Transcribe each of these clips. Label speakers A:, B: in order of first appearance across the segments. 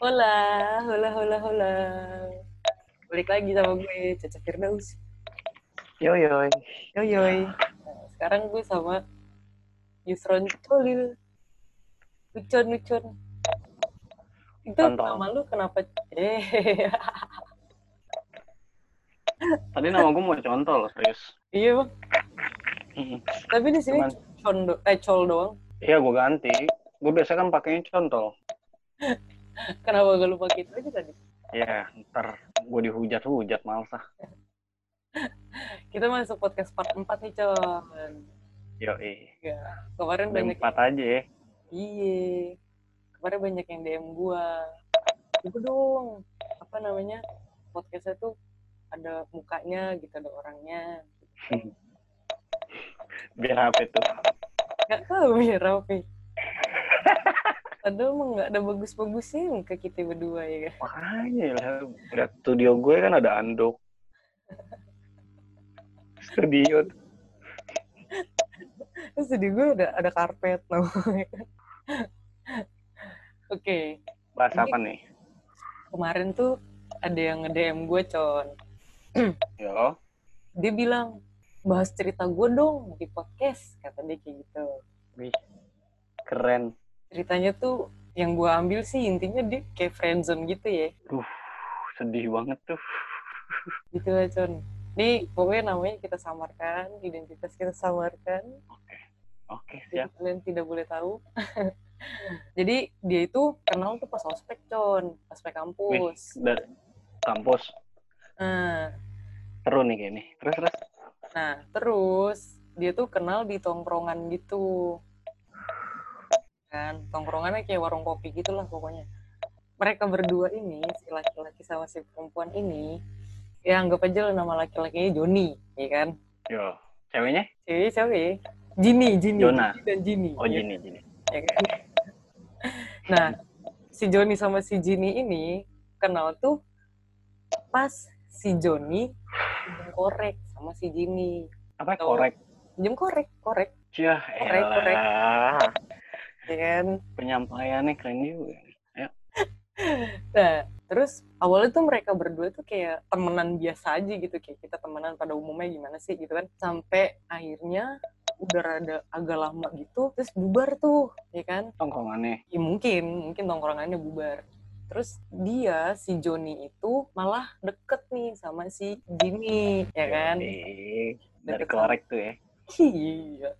A: Hola, hola, hola, hola. Balik lagi sama gue, Caca Firdaus.
B: Yo yo.
A: Yoi, yoi. Nah, sekarang gue sama Yusron Colil. Ucon, Ucon. Itu
B: Tonton.
A: nama lu kenapa? Eh,
B: Tadi nama gue mau contoh loh, serius.
A: iya bang.
B: Mm.
A: Tapi di sini
B: Cuman-
A: con do- eh, col doang.
B: Iya, gue ganti. Gue biasa kan pakainya contoh.
A: Kenapa gak lupa gitu aja tadi?
B: Iya, ntar gue dihujat-hujat males ah.
A: Kita masuk podcast part 4 nih, Con.
B: Yo eh.
A: Ya, kemarin
B: Udah
A: banyak
B: empat aja ya.
A: Iya. Kemarin banyak yang DM gua. Itu dong. Apa namanya? Podcastnya tuh ada mukanya gitu, ada orangnya.
B: Biar HP tuh.
A: Gak tahu ya, Raffi. Aduh, emang gak ada bagus-bagusnya muka kita berdua ya kan?
B: Makanya lah. Lihat studio gue kan ada anduk. Studio. tuh.
A: Terus di gue ada, ada karpet namanya. Oke,
B: Bahas apa nih?
A: kemarin tuh ada yang nge-DM gue, Con.
B: Yo.
A: Dia bilang, bahas cerita gue dong di podcast. Kata dia kayak gitu.
B: Wih. Keren.
A: ceritanya tuh yang gue ambil sih intinya dia kayak friendzone gitu ya
B: Duh, sedih banget tuh.
A: gitu lah Con ini pokoknya namanya kita samarkan identitas kita samarkan
B: Oke,
A: jadi
B: siap.
A: kalian tidak boleh tahu jadi dia itu kenal tuh pas ospek Con ospek kampus
B: Dari kampus.
A: nah,
B: Seru nih kayaknya. Terus, terus.
A: nah terus dia tuh kenal di tongkrongan gitu kan tongkrongannya kayak warung kopi gitulah pokoknya mereka berdua ini si laki-laki sama si perempuan ini ya anggap aja lah nama laki-lakinya Joni ya kan
B: Yo. Ceweknya?
A: cewek siapa ya Jini Jini
B: Jona.
A: Jini dan Jini
B: Oh,
A: ya,
B: Jini, Jini.
A: ya kan? nah si Joni sama si Jini ini kenal tuh pas si Joni pinjam korek sama si Jini
B: Apa
A: Tahu.
B: korek?
A: pinjam korek korek
B: Yah,
A: Korek, korek.
B: elah.
A: ya kan
B: Penyampaiannya keren juga.
A: Nah, terus awalnya tuh mereka berdua tuh kayak temenan biasa aja gitu kayak kita temenan pada umumnya gimana sih gitu kan sampai akhirnya udah rada agak lama gitu terus bubar tuh ya kan
B: Tongkongannya.
A: ya mungkin mungkin tongkrongannya bubar terus dia si Joni itu malah deket nih sama si Jimmy ya kan
B: Yoi. Dari
A: Deket
B: Iya, korek tuh ya.
A: iya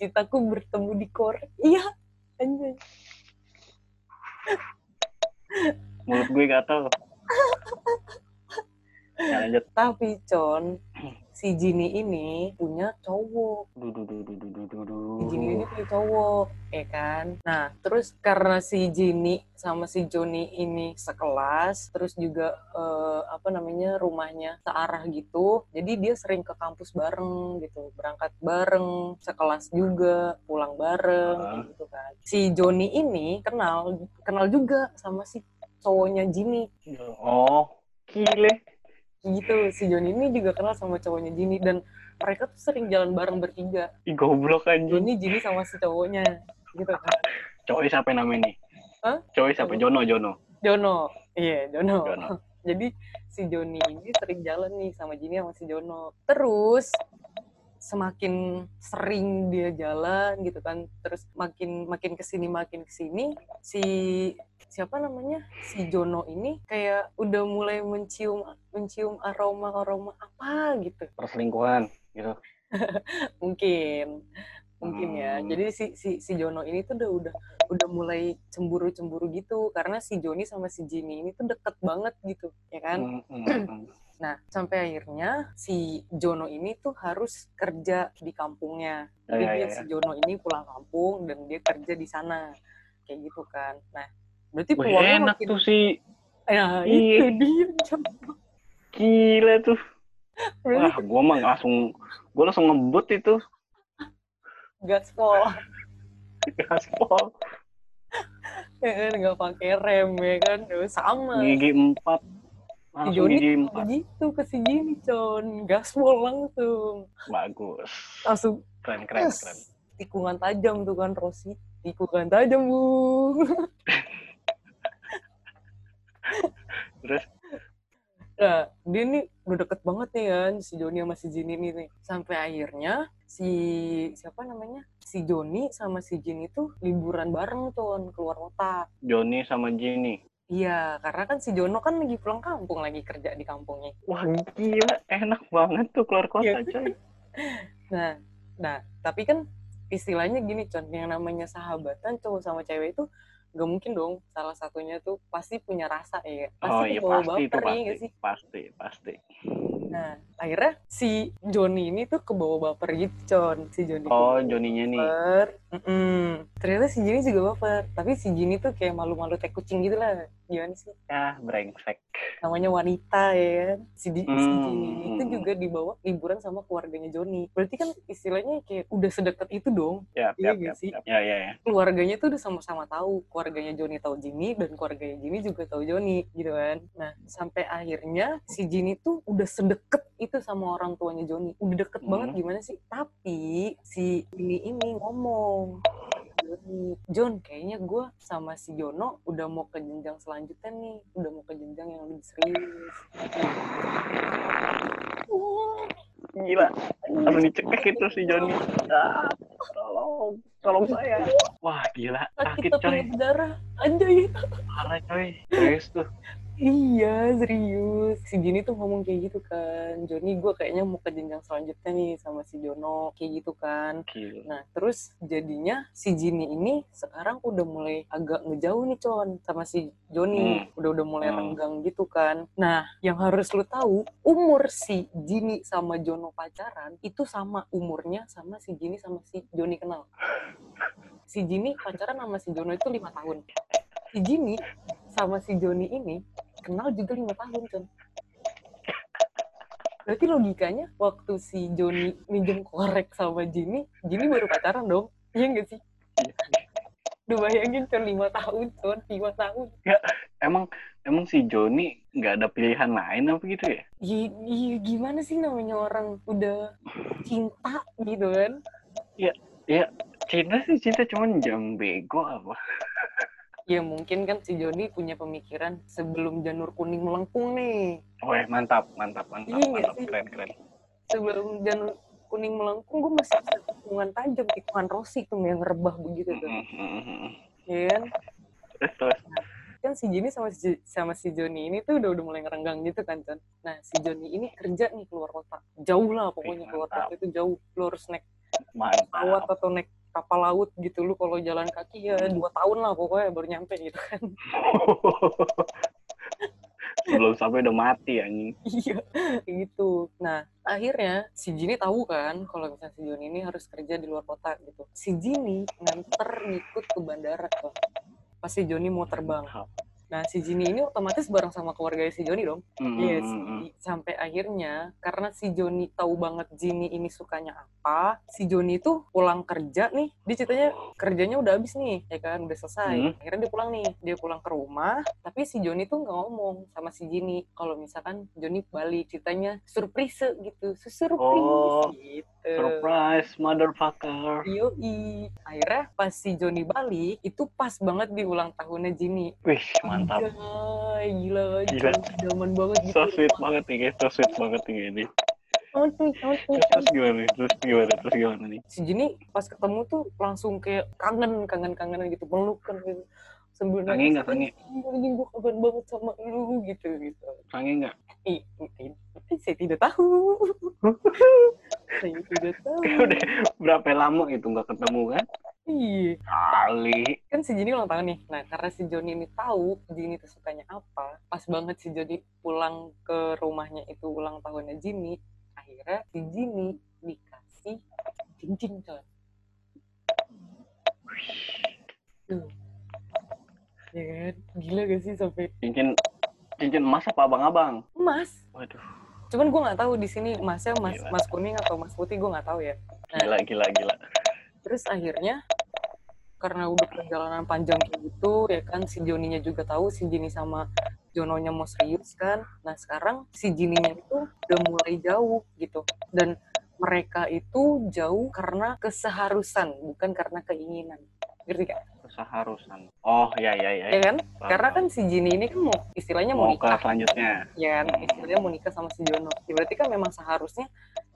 A: citaku bertemu di korek iya anjay
B: Mulut gue gatel. ya, lanjut.
A: tapi con si Jini ini punya cowok
B: Duh, duh, duh, duh, duh, duh, duh,
A: si Jini ini
B: duh.
A: punya cowok, ya kan? Nah, terus karena si Jini sama si Joni ini sekelas, terus juga eh, apa namanya rumahnya searah gitu, jadi dia sering ke kampus bareng gitu, berangkat bareng, sekelas juga, pulang bareng,
B: Ah.
A: kayak gitu kan. Si Joni ini kenal kenal juga sama si cowoknya Jini
B: Oh, gile.
A: gitu si Joni ini juga kenal sama cowoknya Jini dan mereka tuh sering jalan bareng bertiga
B: Ih, goblok anjing.
A: Joni Jini sama si cowoknya gitu kan
B: Cowok siapa namanya nih?
A: Hah?
B: Cowok siapa? Jono, Jono.
A: Jono, iya Jono.
B: Jono.
A: Jadi si Joni ini sering jalan nih sama Jini sama si Jono. Terus semakin sering dia jalan gitu kan, terus makin makin kesini makin kesini si siapa namanya si Jono ini kayak udah mulai mencium mencium aroma aroma apa gitu
B: Perselingkuhan. Gitu.
A: mungkin mungkin ya
B: Hmm.
A: jadi si si si Jono ini tuh udah udah udah mulai cemburu cemburu gitu karena si Joni sama si Jimmy ini tuh deket banget gitu ya kan
B: Hmm, hmm, hmm.
A: nah sampai akhirnya si Jono ini tuh harus kerja di kampungnya
B: Ya,
A: jadi
B: ya,
A: dia-
B: ya,
A: si Jono ini pulang kampung dan dia kerja di sana kayak gitu kan nah berarti
B: Wih,
A: peluangnya
B: enak
A: makin
B: tuh si
A: nah
B: Iya.
A: itu dia Jon.
B: gila tuh.
A: berarti
B: Wah, gue mah langsung gue langsung ngebut itu
A: gaspol
B: gaspol
A: ya kan nggak pakai rem ya kan sama
B: gigi empat
A: Si
B: langsung
A: Iya, Joni
B: gigi
A: tuh
B: empat
A: begitu ke si Jimmy, Con. Gaspol langsung.
B: bagus
A: Langsung
B: keren keren
A: yes.
B: keren
A: tikungan tajam tuh kan Rosi. Tikungan tajam, Bu.
B: terus
A: Nah, dia nih udah deket banget nih kan si Joni sama si Jin ini nih. Sampai akhirnya si siapa namanya? Si Joni sama si Jin itu liburan bareng tuh keluar kota.
B: Joni sama Jini.
A: Iya, karena kan si Jono kan lagi pulang kampung, lagi kerja di kampungnya.
B: Wah gila, enak banget tuh keluar
A: Iya.
B: kota coy.
A: Nah, nah, tapi kan istilahnya gini, Con, yang namanya sahabatan cowok sama cewek itu gak mungkin dong salah satunya tuh pasti punya rasa ya.
B: Oh iya
A: kebawa
B: pasti itu
A: baper, iya
B: pasti,
A: nggak sih?
B: pasti, pasti.
A: Nah, akhirnya si Joni ini tuh kebawa baper gitu, Con. Si Joni
B: Oh
A: kebawa
B: Joninya nih.
A: baper. Mm-mm. Ternyata si Jini juga baper. Tapi si Jini tuh kayak malu-malu kayak kucing gitu lah. Gimana sih?
B: Ah brengsek.
A: Namanya wanita ya kan. Si, Di- si
B: Hmm.
A: Jini itu juga dibawa liburan sama keluarganya Joni. Berarti kan istilahnya kayak udah sedekat itu dong.
B: Ya,
A: Iya
B: ya,
A: nggak
B: ya,
A: sih?
B: ya, ya, ya.
A: Keluarganya tuh udah sama-sama tahu. Keluarganya Joni tahu Jini dan keluarganya Jini juga tahu Joni gitu kan. Nah, sampai akhirnya si Jini tuh udah sedekat itu sama orang tuanya Joni. Udah deket
B: Hmm.
A: banget gimana sih? Tapi si Jini ini ngomong Joni, John kayaknya gue sama si Jono udah mau ke jenjang selanjutnya nih udah mau ke jenjang yang lebih serius
B: Gila, harus dicekek itu si Joni. Ah, tolong, tolong saya. Wah gila,
A: sakit
B: sakit
A: tapi
B: coy,
A: nggak berdarah anjay
B: parah coy. Serius tuh.
A: iya serius si Jini tuh ngomong kayak gitu kan Joni gue kayaknya mau ke jenjang selanjutnya nih sama si Jono kayak gitu kan
B: Gila.
A: Nah, terus jadinya si Jini ini sekarang udah mulai agak ngejauh nih, Con, sama si Joni. Udah-udah mulai
B: Hmm.
A: renggang gitu kan. Nah, yang harus lu tahu, umur si Jini sama Jono pacaran itu sama umurnya sama si Jini sama si Joni kenal. Si Jini pacaran sama si Jono itu lima tahun. Si Jini sama si Joni ini kenal juga lima tahun, Con. Berarti logikanya waktu si Joni minjem korek sama Jimmy, Jimmy baru pacaran dong. Iya nggak sih? Udah bayangin con 5 tahun, con 5 tahun.
B: Emang, emang si Joni nggak ada pilihan lain apa gitu ya?
A: Iya gimana sih namanya orang udah cinta gitu kan?
B: Cinta sih cinta, cuman jam bego apa?
A: Ya mungkin kan si Joni punya pemikiran sebelum janur kuning melengkung nih.
B: Weh, mantap, mantap, mantap,
A: Iya nggak
B: mantap,
A: sih?
B: keren, keren.
A: Sebelum janur kuning melengkung gue masih bisa tikungan tajam, tikungan rosi tuh yang rebah begitu tuh.
B: Mm, mm, mm, mm.
A: Ya kan?
B: Terus, terus.
A: kan si Jini sama si, sama si Joni ini tuh udah udah mulai ngerenggang gitu kan Con. Nah si Joni ini kerja nih keluar kota, jauh lah pokoknya
B: Ih,
A: keluar
B: mantap.
A: kota itu jauh. Lu harus naik pesawat
B: mantap.
A: atau naik kapal laut gitu lu kalau jalan kaki ya dua tahun lah pokoknya baru nyampe gitu kan.
B: Sebelum sampai udah mati anjing.
A: Iya kayak gitu. Nah akhirnya si Jini tahu kan kalau misalnya si Joni ini harus kerja di luar kota gitu. Si Jini nganter ngikut ke bandara Con. pas si Joni mau terbang. Nah si Jini ini otomatis bareng sama keluarga si Joni dong.
B: Mm,
A: Iya
B: mm,
A: sih.
B: mm.
A: Sampai akhirnya karena si Joni tahu banget Jini ini sukanya apa, si Joni itu pulang kerja nih, dia ceritanya kerjanya udah habis nih, ya kan udah selesai.
B: Hmm.
A: Akhirnya dia pulang nih, dia pulang ke rumah, tapi si Joni tuh nggak ngomong sama si Jini kalau misalkan Joni balik ceritanya surprise gitu, surprise
B: Oh,
A: gitu.
B: Surprise, motherfucker.
A: Yoi. Akhirnya pas si Joni balik, itu pas banget di ulang tahunnya Jini.
B: Wih, mantap.
A: Anjay, Gila,
B: Gila.
A: gila. Zaman banget Iya, gitu.
B: So sweet banget nih, guys. So sweet banget nih ini.
A: Aduh, aduh,
B: Terus, terus gimana nih? Terus gimana? Terus gimana nih?
A: si Jini pas ketemu tuh langsung kayak kangen kangen kangenan gitu melukan gitu sambil
B: Tangi nggak, tangi?
A: anjing gue kabar banget sama lu gitu gitu
B: Sange nggak?
A: Ih, ih, ih, saya tidak tahu saya tidak tahu
B: Kayak udah berapa lama itu nggak ketemu kan?
A: iya
B: Kali.
A: kan si Jini ulang tahun nih nah karena si Joni ini tahu Jini tuh sukanya apa pas banget si Joni pulang ke rumahnya itu ulang tahunnya Jini akhirnya si Jini dikasih cincin coy Tuh. Ya kan? Gila gak sih sampai
B: Cincin cincin emas apa abang-abang?
A: emas?
B: Waduh,
A: Cuman gue nggak tahu di sini emasnya emas
B: Gila.
A: emas kuning atau emas putih gue nggak tahu ya.
B: gila, gila, gila.
A: Terus akhirnya karena udah perjalanan panjang kayak gitu ya kan si Joninya juga tahu si Jini sama Jononya mau serius kan. Nah sekarang si Jininya itu udah mulai jauh gitu dan mereka itu jauh karena keseharusan bukan karena keinginan. Ngerti gak?
B: keseharusan oh ya ya ya,
A: ya kan? Karena kan si Jini ini kan mau istilahnya mau
B: mau ke
A: nikah,
B: selanjutnya
A: ya kan? Istilahnya mau nikah sama si Jono. Ya, berarti kan memang seharusnya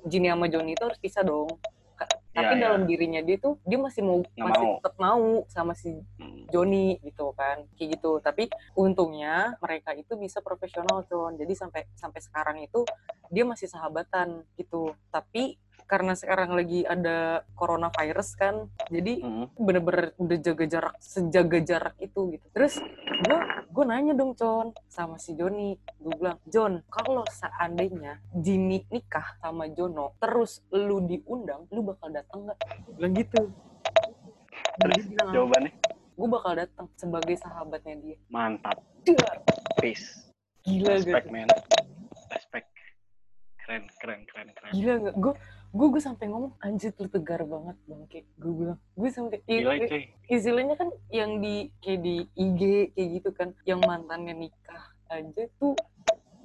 A: Jini sama Joni itu harus pisah dong. Ka- Tapi
B: Iya, iya.
A: dalam dirinya dia tuh dia masih mau
B: Nggak
A: masih
B: mau.
A: tetap mau sama si
B: Hmm.
A: Joni gitu kan. Kayak gitu. Tapi untungnya mereka itu bisa profesional, Con. Jadi sampai sampai sekarang itu dia masih sahabatan gitu. Tapi karena sekarang lagi ada coronavirus kan, jadi
B: Hmm.
A: bener-bener udah jaga jarak sejaga jarak itu gitu terus gue gue nanya dong con sama si Joni gue bilang Jon kalau seandainya Jini nikah sama Jono terus lu diundang lu bakal datang nggak Gua bilang gitu
B: Terus jawabannya
A: gue bakal datang sebagai sahabatnya dia
B: mantap
A: Dar.
B: peace
A: gila gak tuh?
B: respect man respect keren keren keren keren
A: gila gak gue gue gue sampai ngomong anjir lu tegar banget bangke gue bilang gue sampai
B: gila cuy
A: istilahnya kan yang di kayak di IG kayak gitu kan yang mantannya nikah aja tuh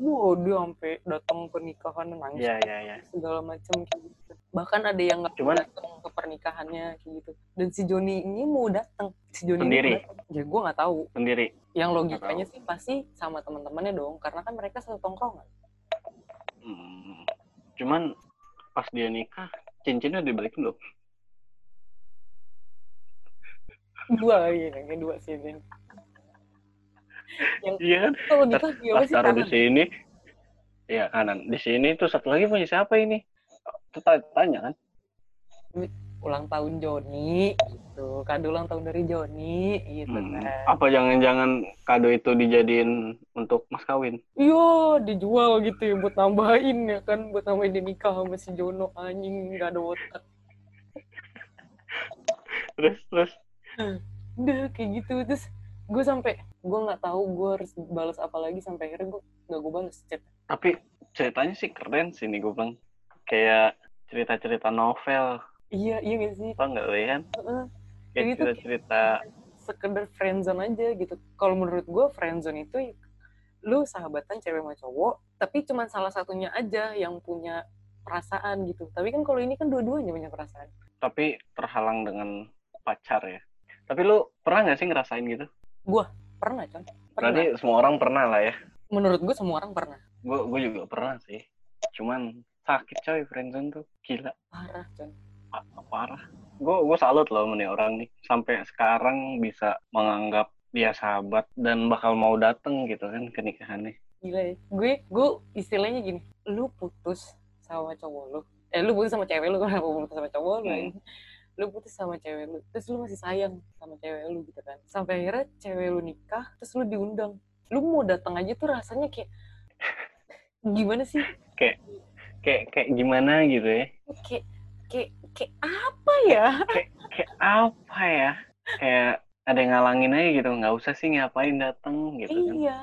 A: wow dia sampai datang ke nikahan nangis
B: ya ya ya
A: segala macam kayak gitu bahkan ada yang nggak
B: Cuman-
A: datang ke pernikahannya kayak gitu dan si Joni ini mau datang si Joni ini
B: Sendiri?
A: mau datang. ya gue nggak tahu
B: sendiri
A: yang
B: Nggak
A: logikanya sih pasti sama teman-temannya dong karena kan mereka satu tongkrongan
B: Hmm. cuman pas dia nikah cincinnya dibalikin belum
A: dua ini ini dua sini
B: iya kan
A: kalau nikah dia
B: pas
A: pasti
B: taruh di
A: tangan
B: sini ya kanan di sini tuh satu lagi punya siapa ini Teta- tanya kan
A: ulang tahun Joni gitu kado ulang tahun dari Joni gitu
B: Hmm.
A: kan
B: apa jangan-jangan kado itu dijadiin untuk mas kawin
A: Iya, dijual gitu ya buat tambahin ya kan, buat tambahin dia nikah sama si Jono anjing nggak ada otak.
B: terus terus
A: Udah kayak gitu terus gue sampai gue nggak tahu gue harus balas apa lagi sampai akhirnya gue nggak gue balas chat.
B: tapi ceritanya sih keren sih nih gue bilang kayak cerita-cerita novel
A: Iya iya gak sih
B: apa enggak lo ya kan
A: Heeh.
B: kayak
A: Jadi tuh-
B: cerita-cerita
A: sekedar friendzone aja gitu. Kalau menurut gue friendzone itu ya, lu sahabatan cewek sama cowok, tapi cuman salah satunya aja yang punya perasaan gitu. Tapi kan kalau ini kan dua-duanya punya perasaan.
B: tapi terhalang dengan pacar ya tapi lu pernah nggak sih ngerasain gitu
A: Pernah kan? Pernah.
B: berarti semua orang pernah lah ya
A: menurut gue semua orang pernah.
B: gue gue juga pernah sih cuman sakit coy friendzone tuh gila
A: Parah, Con.
B: pa- parah gue gue salut loh sama nih orang nih sampai sekarang bisa menganggap dia sahabat dan bakal mau dateng gitu kan ke nikahannya
A: Gila ya. Gue, gue istilahnya gini, lu putus sama cowok lu. Eh, lu putus sama cewek lu, kenapa putus sama cowok lu?
B: Hmm.
A: Lu putus sama cewek lu, terus lu masih sayang sama cewek lu gitu kan. Sampai akhirnya cewek lu nikah, terus lu diundang. Lu mau datang aja tuh rasanya kayak, gimana sih?
B: kayak kayak gimana gitu ya
A: Kayak, kayak, kayak apa ya?
B: kayak apa ya kayak ada yang ngalangin aja gitu nggak usah sih ngapain dateng gitu kan
A: Iya,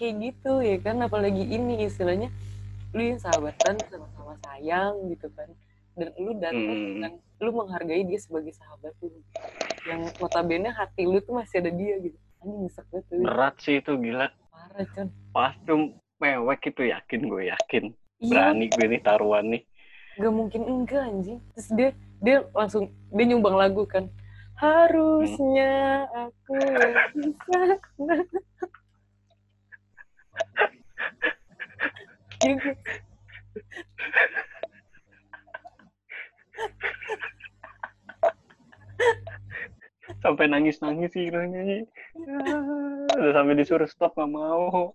A: kayak gitu ya kan. Apalagi ini istilahnya, lu yang sahabatan sama-sama sayang gitu kan. Dan lu datang
B: Hmm.
A: dengan lu menghargai dia sebagai sahabat lu. Yang notabene hati lu tuh masih ada dia gitu. Anjing nyesek banget tuh.
B: berat sih itu gila
A: Parah, Con.
B: pasti mewek itu yakin gue yakin
A: Iya,
B: berani gue nih taruhan nih
A: gak mungkin enggak anjing. Terus dia dia langsung dia nyumbang lagu kan. Harusnya aku yang bisa. Iya, gue-
B: sampai nangis nangis sih nangis udah sampai disuruh stop nggak mau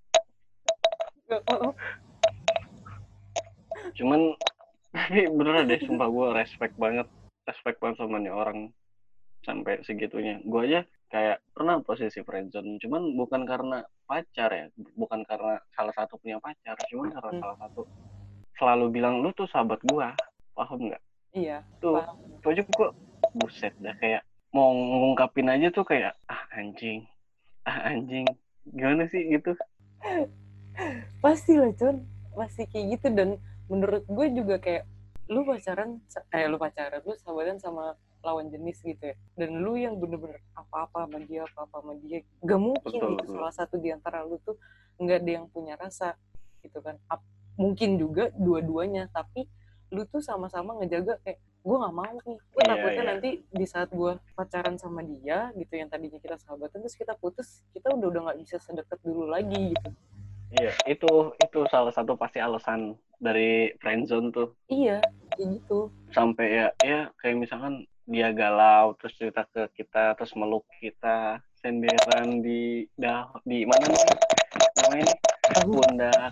A: gak mau.
B: cuman tapi bener deh sumpah gue respect banget respect banget sama nih orang sampai segitunya gue aja kayak pernah posisi friendzone cuman bukan karena pacar ya bukan karena salah satu punya pacar cuman karena
A: Hmm.
B: salah satu selalu bilang lu tuh sahabat gue paham nggak
A: Iya,
B: tuh
A: paham.
B: itu aja gue buset dah kayak mau ngungkapin aja tuh kayak ah anjing ah anjing gimana sih gitu
A: pasti lah con pasti kayak gitu dan menurut gue juga kayak lu pacaran eh lu pacaran lu sahabatan sama lawan jenis gitu ya dan lu yang bener-bener apa-apa sama dia apa-apa sama dia gak mungkin
B: Betul,
A: itu
B: betul.
A: salah satu di antara lu tuh nggak ada yang punya rasa gitu kan Ap- mungkin juga dua-duanya tapi lu tuh sama-sama ngejaga kayak gue nggak mau nih gue
B: Iya,
A: takutnya
B: iya.
A: nanti di saat gue pacaran sama dia gitu yang tadinya kita sahabatan terus kita putus kita udah udah nggak bisa sedekat dulu lagi gitu
B: Iya, itu itu salah satu pasti alasan dari friendzone tuh
A: iya kayak gitu
B: sampai ya ya kayak misalkan dia galau terus cerita ke kita terus meluk kita senderan di dah di mana nih namanya nih?
A: Bahu.
B: pundak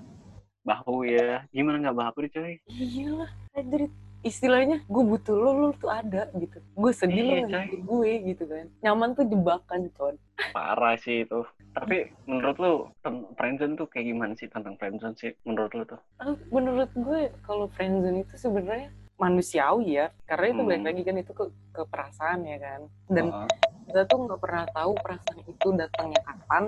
B: bahu ya gimana nggak baper coy
A: iyalah Adrit istilahnya gue butuh lo lo tuh ada gitu gue sedih lo
B: Iya,
A: nggak butuh gue gitu kan nyaman tuh jebakan con
B: parah sih itu tapi menurut lu ten- friendzone tuh kayak gimana sih tentang friendzone sih menurut lu tuh
A: Ah, menurut gue kalau friendzone itu sebenarnya manusiawi ya karena itu
B: Hmm. Oh.
A: balik lagi kan itu ke, ke perasaan ya kan dan
B: Heeh.
A: kita tuh nggak pernah tahu perasaan itu datangnya kapan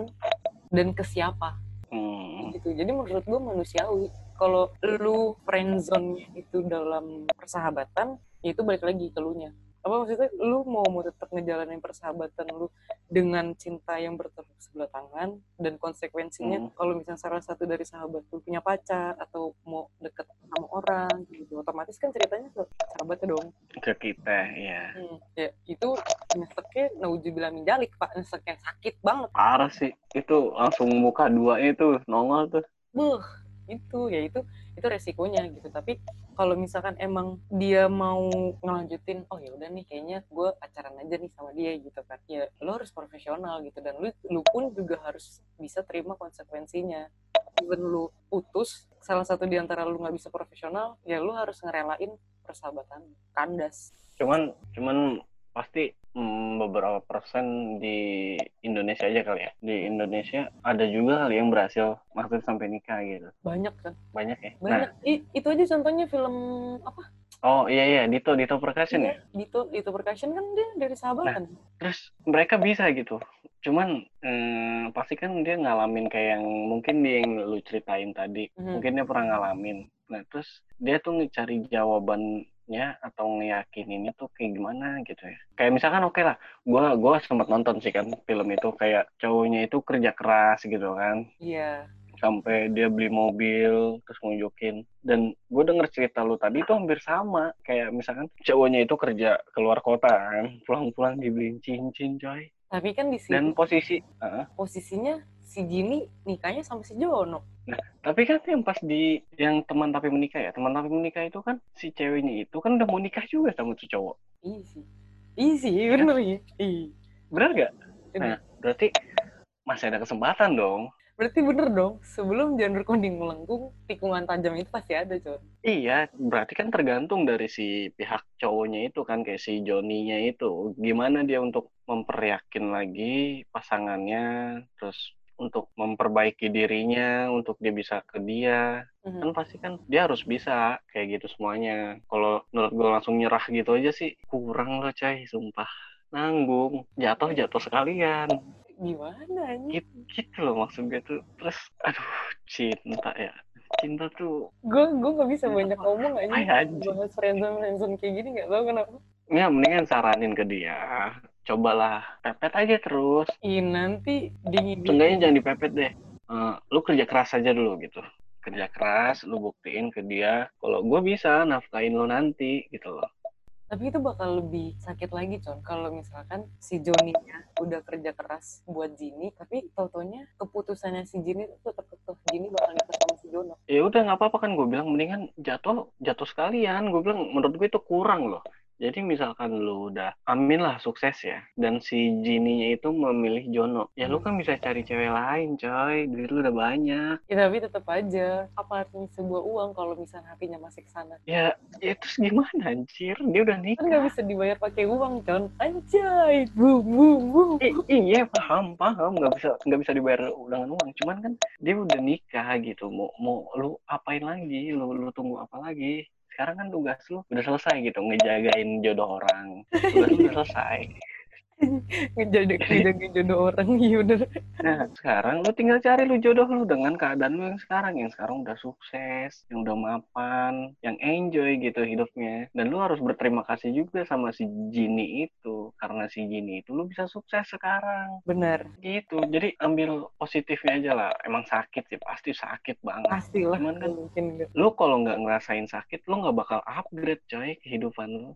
A: dan ke siapa
B: Hmm.
A: gitu jadi menurut gue manusiawi kalau lu friendzone itu dalam persahabatan ya itu balik lagi ke lu nya apa maksudnya lu mau mau tetap ngejalanin persahabatan lu dengan cinta yang bertepuk sebelah tangan dan konsekuensinya
B: Hmm.
A: kalau misalnya salah satu dari sahabat lu punya pacar atau mau deket sama orang gitu otomatis kan ceritanya ke sahabatnya dong
B: ke kita ya
A: Hmm, ya itu nyeseknya naujubillah min jalik pak nyesek yang sakit banget
B: parah sih itu langsung muka dua itu nongol tuh
A: beuh itu ya itu itu resikonya gitu tapi kalau misalkan emang dia mau ngelanjutin oh ya udah nih kayaknya gue pacaran aja nih sama dia gitu kan ya lo harus profesional gitu dan lu lu pun juga harus bisa terima konsekuensinya even lu putus salah satu di antara lu nggak bisa profesional ya lu harus ngerelain persahabatan kandas
B: cuman cuman pasti mm, beberapa persen di Indonesia aja kali ya di Indonesia ada juga kali yang berhasil maksudnya sampai nikah gitu
A: banyak kan
B: banyak ya nah
A: banyak I- itu aja contohnya film apa
B: oh iya iya Dito Dito Percussion ya Nah.
A: Iya, Dito, Dito Percussion kan dia dari sahabatan.
B: terus mereka bisa gitu cuman mm, pasti kan dia ngalamin kayak yang mungkin dia yang lu ceritain tadi
A: Mhm.
B: mungkin dia pernah ngalamin nah terus dia tuh ngecari jawabannya atau ngeyakininya tuh kayak gimana gitu ya kayak misalkan oke lah gua gua sempat nonton sih kan film itu kayak cowoknya itu kerja keras gitu kan
A: Iya.
B: sampai dia beli mobil terus nunjukin dan gue denger cerita lu tadi tuh hampir sama kayak misalkan cowoknya itu kerja keluar kota kan pulang-pulang dibeliin cincin coy
A: Tapi kan di sini
B: dan posisi Heeh.
A: posisinya si Jimmy nikahnya sama si Jono.
B: Tapi kan yang pas di yang teman tapi menikah ya, teman tapi menikah itu kan si ceweknya itu kan udah mau nikah juga sama si cowok.
A: Iya sih. Iya sih, bener ya. Iya.
B: Benar gak?
A: Bener.
B: Nah, berarti masih ada kesempatan dong.
A: Berarti bener dong, sebelum janur kuning melengkung, tikungan tajam itu pasti ada, Con.
B: Iya, berarti kan tergantung dari si pihak cowoknya itu kan kayak si Joninya itu. Gimana dia untuk memperyakin lagi pasangannya, terus untuk memperbaiki dirinya, untuk dia bisa ke dia,
A: Mhm.
B: kan pasti kan dia harus bisa kayak gitu semuanya kalau menurut gue langsung nyerah gitu aja sih kurang loh cai sumpah nanggung jatuh jatuh sekalian
A: Gimana ini?
B: gitu, gitu loh maksud gue tuh terus aduh cinta ya cinta tuh
A: Gue gue gak bisa banyak ngomong
B: Ay,
A: aja.
B: anjing.
A: Bahas friendzone friendzone kayak gini gak tau kenapa.
B: ya mendingan saranin ke dia cobalah pepet aja terus
A: Ih nanti dingin
B: Seenggaknya jangan dipepet deh. Eh, lu kerja keras aja dulu gitu. Kerja keras, lu buktiin ke dia. Kalau gue bisa nafkain lu nanti gitu loh.
A: Tapi itu bakal lebih sakit lagi, Con. Kalau misalkan si Joninya udah kerja keras buat Jini, tapi tautonya keputusannya si Jini tuh tetap kekeh. Jini bakal nikah sama si Jono.
B: ya udah nggak apa-apa kan gue bilang mendingan jatuh jatuh sekalian gue bilang menurut gue itu kurang loh jadi misalkan lu udah amin lah sukses ya dan si jininya itu memilih Jono ya lu kan bisa cari cewek lain coy duit lu udah banyak
A: Ya, tapi tetap aja. Apa artinya sebuah uang kalau misalnya hatinya masih kesana?
B: ya ya terus gimana anjir dia udah
A: Kan nggak
B: nikah
A: bisa dibayar pakai uang, Con. Anjay, boom, boom, boom.
B: I- iya paham paham nggak bisa nggak bisa dibayar dengan uang cuman kan dia udah nikah gitu mau mau lu apain lagi lu lu tunggu apa lagi sekarang kan tugas lu udah selesai gitu ngejagain jodoh orang tugas lu udah selesai
A: Ngejaga ngejaga jodoh orang, iya bener.
B: Nah, sekarang lu tinggal cari lu jodoh lu dengan keadaan lu yang sekarang. Yang sekarang udah sukses, yang udah mapan, yang enjoy gitu hidupnya. Dan lu harus berterima kasih juga sama si Jini itu. Karena si Jini itu lu bisa sukses sekarang.
A: Bener,
B: Gitu. Jadi ambil positifnya aja lah. Emang sakit sih, pasti sakit banget.
A: pastilah.
B: Cuman kan-
A: Mungkin nggak.
B: Lu kalau nggak ngerasain sakit, lu nggak bakal upgrade coy kehidupan lu.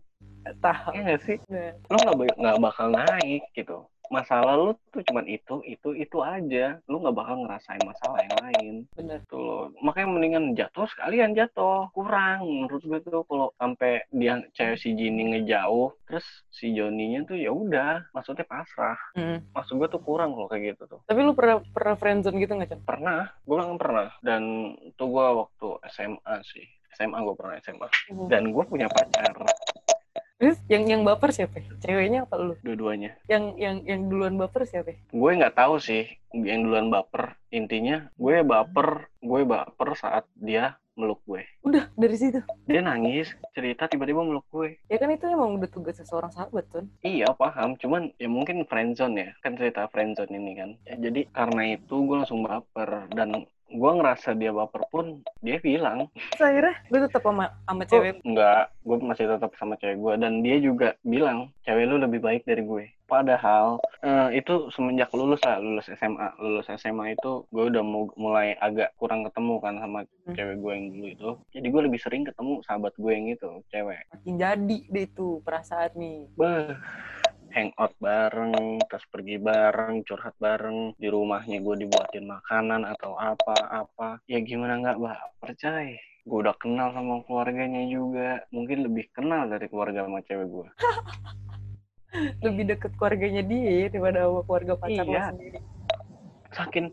A: Tahu.
B: Iya nggak sih?
A: Nah,
B: Lu nggak ba- nggak bakal naik gitu. Masalah lu tuh cuman itu, itu, itu aja. Lu nggak bakal ngerasain masalah yang lain.
A: bener.
B: Tuh loh. Makanya mendingan jatuh sekalian jatuh. Kurang menurut gue tuh kalau sampai dia cewek si Jinny ngejauh, terus si Joninya tuh ya udah, maksudnya pasrah.
A: Mm.
B: Maksud gue tuh kurang kalau kayak gitu tuh.
A: Tapi lu pernah pernah friendzone gitu nggak, Chan?
B: Pernah, gue kan pernah. Dan tuh gue waktu SMA sih. SMA gue pernah SMA. Dan gue punya pacar
A: Terus yang yang baper siapa? Ceweknya apa lu?
B: dua-duanya.
A: Yang yang yang duluan baper siapa?
B: gue nggak tahu sih yang duluan baper intinya gue baper gue baper saat dia meluk gue
A: Udah dari situ.
B: dia nangis cerita tiba-tiba meluk gue
A: Ya kan itu emang udah tugas seorang sahabat, Ton.
B: iya paham cuman ya mungkin friendzone ya kan cerita friendzone ini kan Ya, jadi karena itu gue langsung baper dan gue ngerasa dia baper pun dia bilang
A: Terus akhirnya gue tetap sama
B: Oh.
A: sama cewek.
B: enggak gue masih tetap sama cewek gue dan dia juga bilang cewek lu lebih baik dari gue padahal eh, itu semenjak lulus lah lulus SMA lulus SMA itu gue udah mu- mulai agak kurang ketemu kan sama
A: Hmm.
B: cewek gue yang dulu itu jadi gue lebih sering ketemu sahabat gue yang itu cewek
A: Makin jadi deh tuh perasaan nih.
B: Beuh, hangout bareng, terus pergi bareng, curhat bareng, di rumahnya gue dibuatin makanan atau apa-apa. Ya gimana nggak baper, coy. Gue udah kenal sama keluarganya juga. Mungkin lebih kenal dari keluarga sama cewek gue.
A: Lebih deket keluarganya dia daripada sama keluarga pacar lo
B: Iya.
A: sendiri.
B: Saking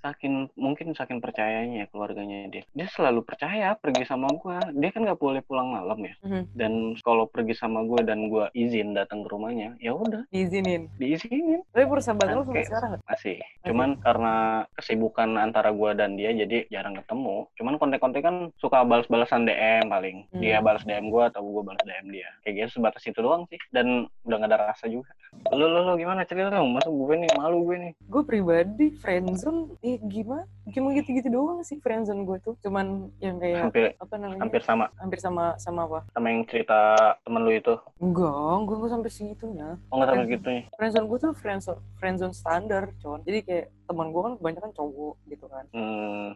B: saking mungkin saking percayanya ya keluarganya dia dia selalu percaya pergi sama gue dia kan nggak boleh pulang malam ya
A: Mhm.
B: dan kalau pergi sama gue dan gue izin datang ke rumahnya ya udah
A: Diizinin.
B: diizinin
A: Tapi persahabatan lo sampai
B: Oke.
A: sekarang nggak?
B: masih cuman karena kesibukan antara gua dan dia jadi jarang ketemu cuman kontek-kontek kan suka balas-balasan DM paling
A: Hmm.
B: dia balas DM gua atau gua balas DM dia kayak gitu sebatas itu doang sih dan udah gak ada rasa juga lu lu, lu gimana cerita dong masuk gue nih malu gue nih
A: gue pribadi friendzone eh gimana cuma gitu-gitu doang sih friendzone gue tuh cuman yang kayak
B: hampir
A: apa namanya hampir,
B: hampir sama
A: sama sama apa
B: sama yang cerita temen lu itu
A: enggak gue nggak sampai segitunya
B: oh nggak sampai
A: Hmm.
B: gitu nih
A: friendzone gue tuh friendzone friendzone standar con jadi kayak teman gue kan kebanyakan cowok gitu kan
B: hmm,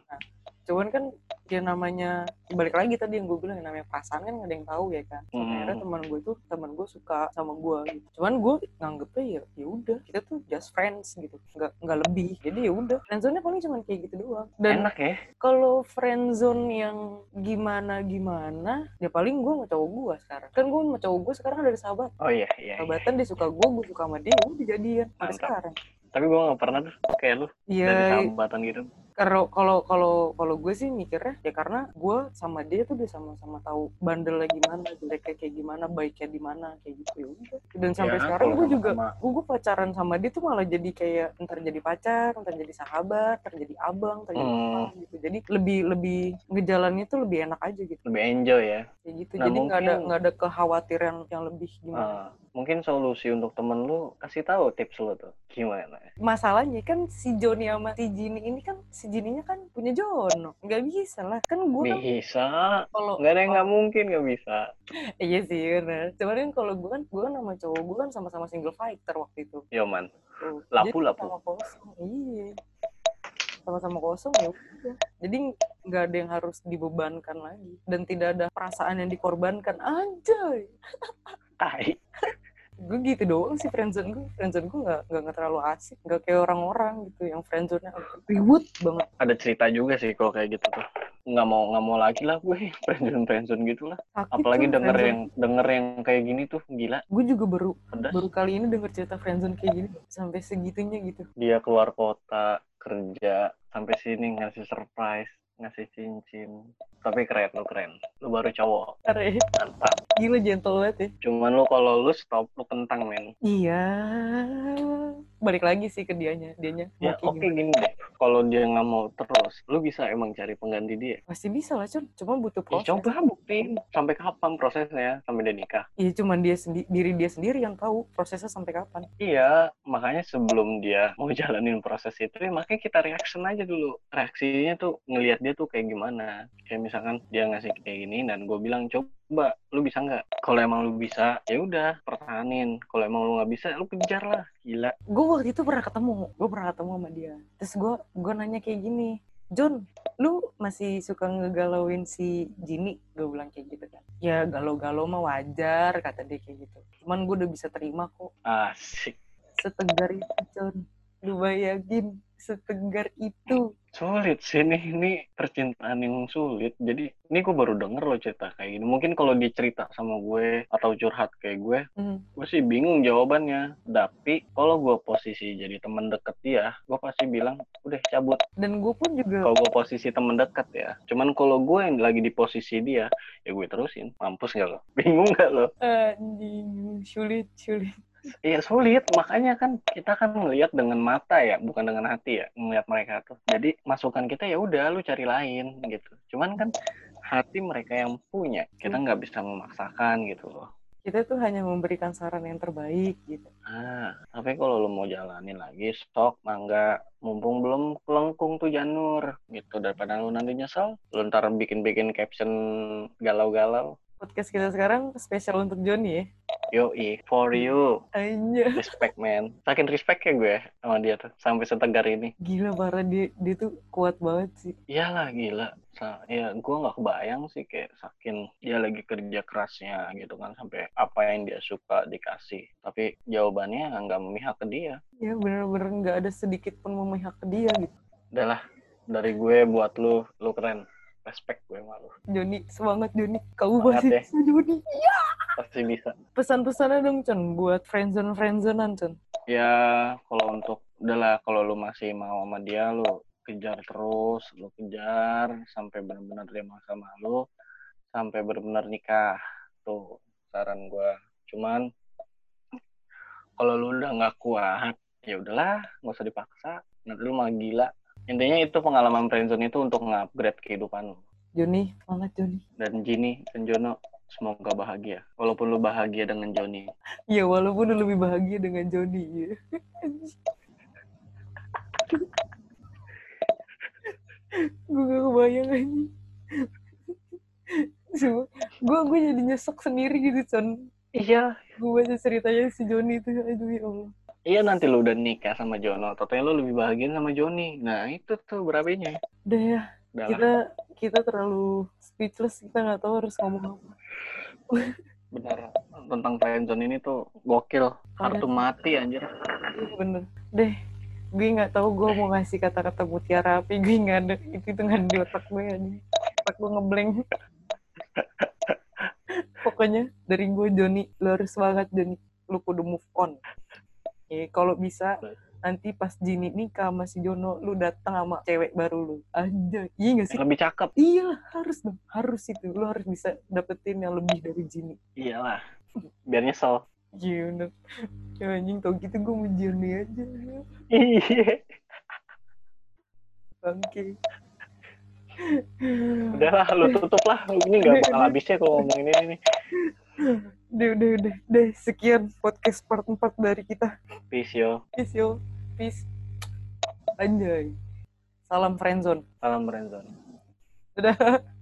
A: cuman kan dia namanya balik lagi tadi yang gue bilang yang namanya perasaan kan gak ada yang tahu ya kan Sampai
B: Hmm.
A: akhirnya teman gue tuh teman gue suka sama gue gitu cuman gue nganggepnya ya ya udah kita tuh just friends gitu nggak nggak lebih jadi ya udah friendzone-nya paling cuman kayak gitu doang dan
B: enak ya
A: kalau friendzone yang gimana gimana ya paling gue sama cowok gue sekarang kan gue sama cowok gue sekarang dari sahabat
B: oh iya iya, iya.
A: sahabatan dia suka gue gue suka sama dia udah jadian sampai
B: Mantap.
A: sekarang
B: tapi gua nggak pernah tuh kayak lu dari
A: iya
B: sahabatan gitu
A: kalau kalau kalau kalau gue sih mikirnya ya karena gue sama dia tuh udah sama-sama tahu bandelnya gimana jeleknya kayak gimana baiknya di mana kayak gitu ya udah dan sampai
B: Ya,
A: sekarang
B: kalau
A: gue juga
B: sama-sama.
A: gue gue pacaran sama dia tuh malah jadi kayak ntar jadi pacar ntar jadi sahabat ntar jadi abang ntar jadi apa
B: Hmm.
A: gitu jadi lebih lebih ngejalannya tuh lebih enak aja gitu
B: lebih enjoy ya
A: kayak gitu
B: Nah,
A: jadi nggak ada
B: mungkin-
A: nggak ada kekhawatiran yang lebih gimana
B: Ah, mungkin solusi untuk temen lu kasih tahu tips lu tuh gimana
A: masalahnya kan si Joni sama si Jini ini kan si Jininya kan punya Jono nggak bisa lah kan gue kan
B: bisa
A: kalau
B: nggak ada yang nggak mungkin nggak bisa
A: Iya sih bener. Cuman kan kalau gue kan gue kan sama cowok gue kan sama-sama single fighter waktu itu.
B: Yoman
A: Tuh.
B: Lapu, lapu.
A: Sama kosong. Iya. Sama-sama kosong ya. udah. Jadi nggak ada yang harus dibebankan lagi dan tidak ada perasaan yang dikorbankan. Anjay.
B: tai
A: Gue gitu doang sih friendzone gue. Friendzone gue nggak nggak nggak terlalu asik. Nggak kayak orang-orang gitu yang friendzone-nya ribut banget.
B: ada cerita juga sih kalau kayak gitu tuh nggak mau nggak mau lagi lah gue friendzone friendzone gitu lah
A: Sakit
B: apalagi
A: tuh
B: denger
A: friendzone.
B: yang denger yang kayak gini tuh gila
A: Gue juga baru
B: pedas
A: baru kali ini denger cerita friendzone kayak gini sampai segitunya gitu.
B: dia keluar kota kerja sampai sini ngasih surprise ngasih cincin tapi keren lu keren lu baru cowok
A: Keren.
B: mantap
A: Gila gentle banget ya.
B: cuman lu kalau lu stop lu kentang men
A: Iya, balik lagi sih ke dianya, dianya mau
B: Ya
A: kayak
B: oke
A: gimana.
B: gini deh, kalau dia nggak mau terus, lu bisa emang cari pengganti dia.
A: Masih bisa lah, Cun. Cuma butuh
B: Ya,
A: proses.
B: coba buktiin sampai kapan prosesnya ya? sampai dia nikah.
A: Iya, cuman dia sendi- diri dia sendiri yang tahu prosesnya sampai kapan.
B: Iya, makanya sebelum dia mau jalanin proses itu, ya makanya kita reaction aja dulu. Reaksinya tuh ngelihat dia tuh kayak gimana. Kayak misalkan dia ngasih kayak gini dan gue bilang coba, lu bisa nggak? Kalau emang lu bisa, ya udah pertahanin. Kalau emang lu nggak bisa, lu kejar lah. Gila.
A: Gue waktu itu pernah ketemu, gue pernah ketemu sama dia. Terus gue gue nanya kayak gini, John, lu masih suka ngegalauin si Jini? Gue bilang kayak gitu kan. Ya galau-galau mah wajar, kata dia kayak gitu. Cuman gue udah bisa terima kok.
B: Asik.
A: Setegar itu, John. Lu bayangin, setegar itu.
B: Sulit sih nih, ini percintaan yang sulit. Jadi ini gue baru denger loh cerita kayak gini. Mungkin kalau dicerita sama gue atau curhat kayak gue,
A: Hmm.
B: gue sih bingung jawabannya. Tapi kalau gue posisi jadi temen deket dia, gue pasti bilang udah cabut.
A: Dan gue pun juga,
B: Kalau gue posisi temen deket ya. Cuman kalau gue yang lagi di posisi dia, ya gue terusin. Mampus gak lo? Bingung gak lo?
A: anjing, sulit, sulit.
B: Iya sulit, makanya kan kita kan melihat dengan mata ya, bukan dengan hati ya, melihat mereka tuh. Jadi masukan kita ya udah lu cari lain gitu. Cuman kan hati mereka yang punya, kita nggak bisa memaksakan gitu loh.
A: Kita tuh hanya memberikan saran yang terbaik gitu.
B: Ah, tapi kalau lu mau jalanin lagi, stok mangga, mumpung belum kelengkung tuh janur gitu. Daripada lu nanti nyesel, lu ntar bikin-bikin caption galau-galau.
A: Podcast kita sekarang spesial untuk Johnny ya.
B: Yoi, for you,
A: Anjay.
B: respect man. Saking respect ya gue sama dia tuh, sampai setegar ini.
A: Gila parah dia, dia tuh kuat banget sih.
B: Iyalah gila. Sa- ya gue nggak kebayang sih kayak saking dia lagi kerja kerasnya gitu kan sampai apa yang dia suka dikasih. Tapi jawabannya nggak memihak ke dia.
A: Ya bener-bener nggak ada sedikit pun memihak ke dia gitu.
B: Udahlah dari gue buat lu, lu keren. Respect gue malu.
A: Joni, semangat Joni. Kau
B: Semangat
A: pasti
B: ya.
A: bisa Joni. Iya.
B: Pasti bisa.
A: Pesan-pesannya dong, Con. Buat friendzone-friendzonean, Con.
B: Ya kalau untuk udahlah kalau lu masih mau sama dia lu kejar terus, lu kejar sampai benar-benar dia mau sama lu, sampai benar-benar nikah. Tuh saran gue. Cuman kalau lu udah nggak kuat ya udahlah nggak usah dipaksa nanti lu malah gila intinya itu pengalaman friendzone itu untuk nge-upgrade kehidupan lu
A: Joni, semangat Joni.
B: dan Jini dan Jono semoga bahagia walaupun lu bahagia dengan Joni
A: Ya, walaupun lu lebih bahagia dengan Joni. Ya. gue gak kebayang anjing. Sumpah. Gue gue jadi nyesek sendiri gitu, Con.
B: iya
A: Gue baca ceritanya si Joni itu. Aduh, ya Allah.
B: iya nanti lu udah nikah sama Jono totalnya lu lebih bahagia sama Joni nah itu tuh berapanya
A: Udah ya,
B: Udah lah,
A: kita kita terlalu speechless. Kita nggak tahu harus ngomong apa.
B: benar tentang friendzone ini tuh gokil kartu mati anjir
A: Iya, bener deh gue nggak tahu gue mau ngasih kata-kata mutiara api gue nggak ada itu itu nggak ada di otak gue aja otak gue ngeblank pokoknya dari gue Joni lo harus semangat Joni lo kudu move on ya kalau bisa nanti pas Jini nikah sama si Jono lu datang sama cewek baru lu aja iya gak sih
B: lebih cakep
A: iya harus dong harus itu lo harus bisa dapetin yang lebih dari Jini
B: iyalah biar nyesel
A: iya bener ya anjing tau gitu gue mau Joni aja ya.
B: iya
A: bangke
B: udahlah lu tutup lah ini nggak bakal habisnya kalau ngomongin ini nih
A: Udah, udah, udah, udah. Sekian podcast part 4 dari kita.
B: peace yo
A: Peace, yo. Peace. Anjay. Salam friendzone.
B: Salam Renzo.
A: Dadah.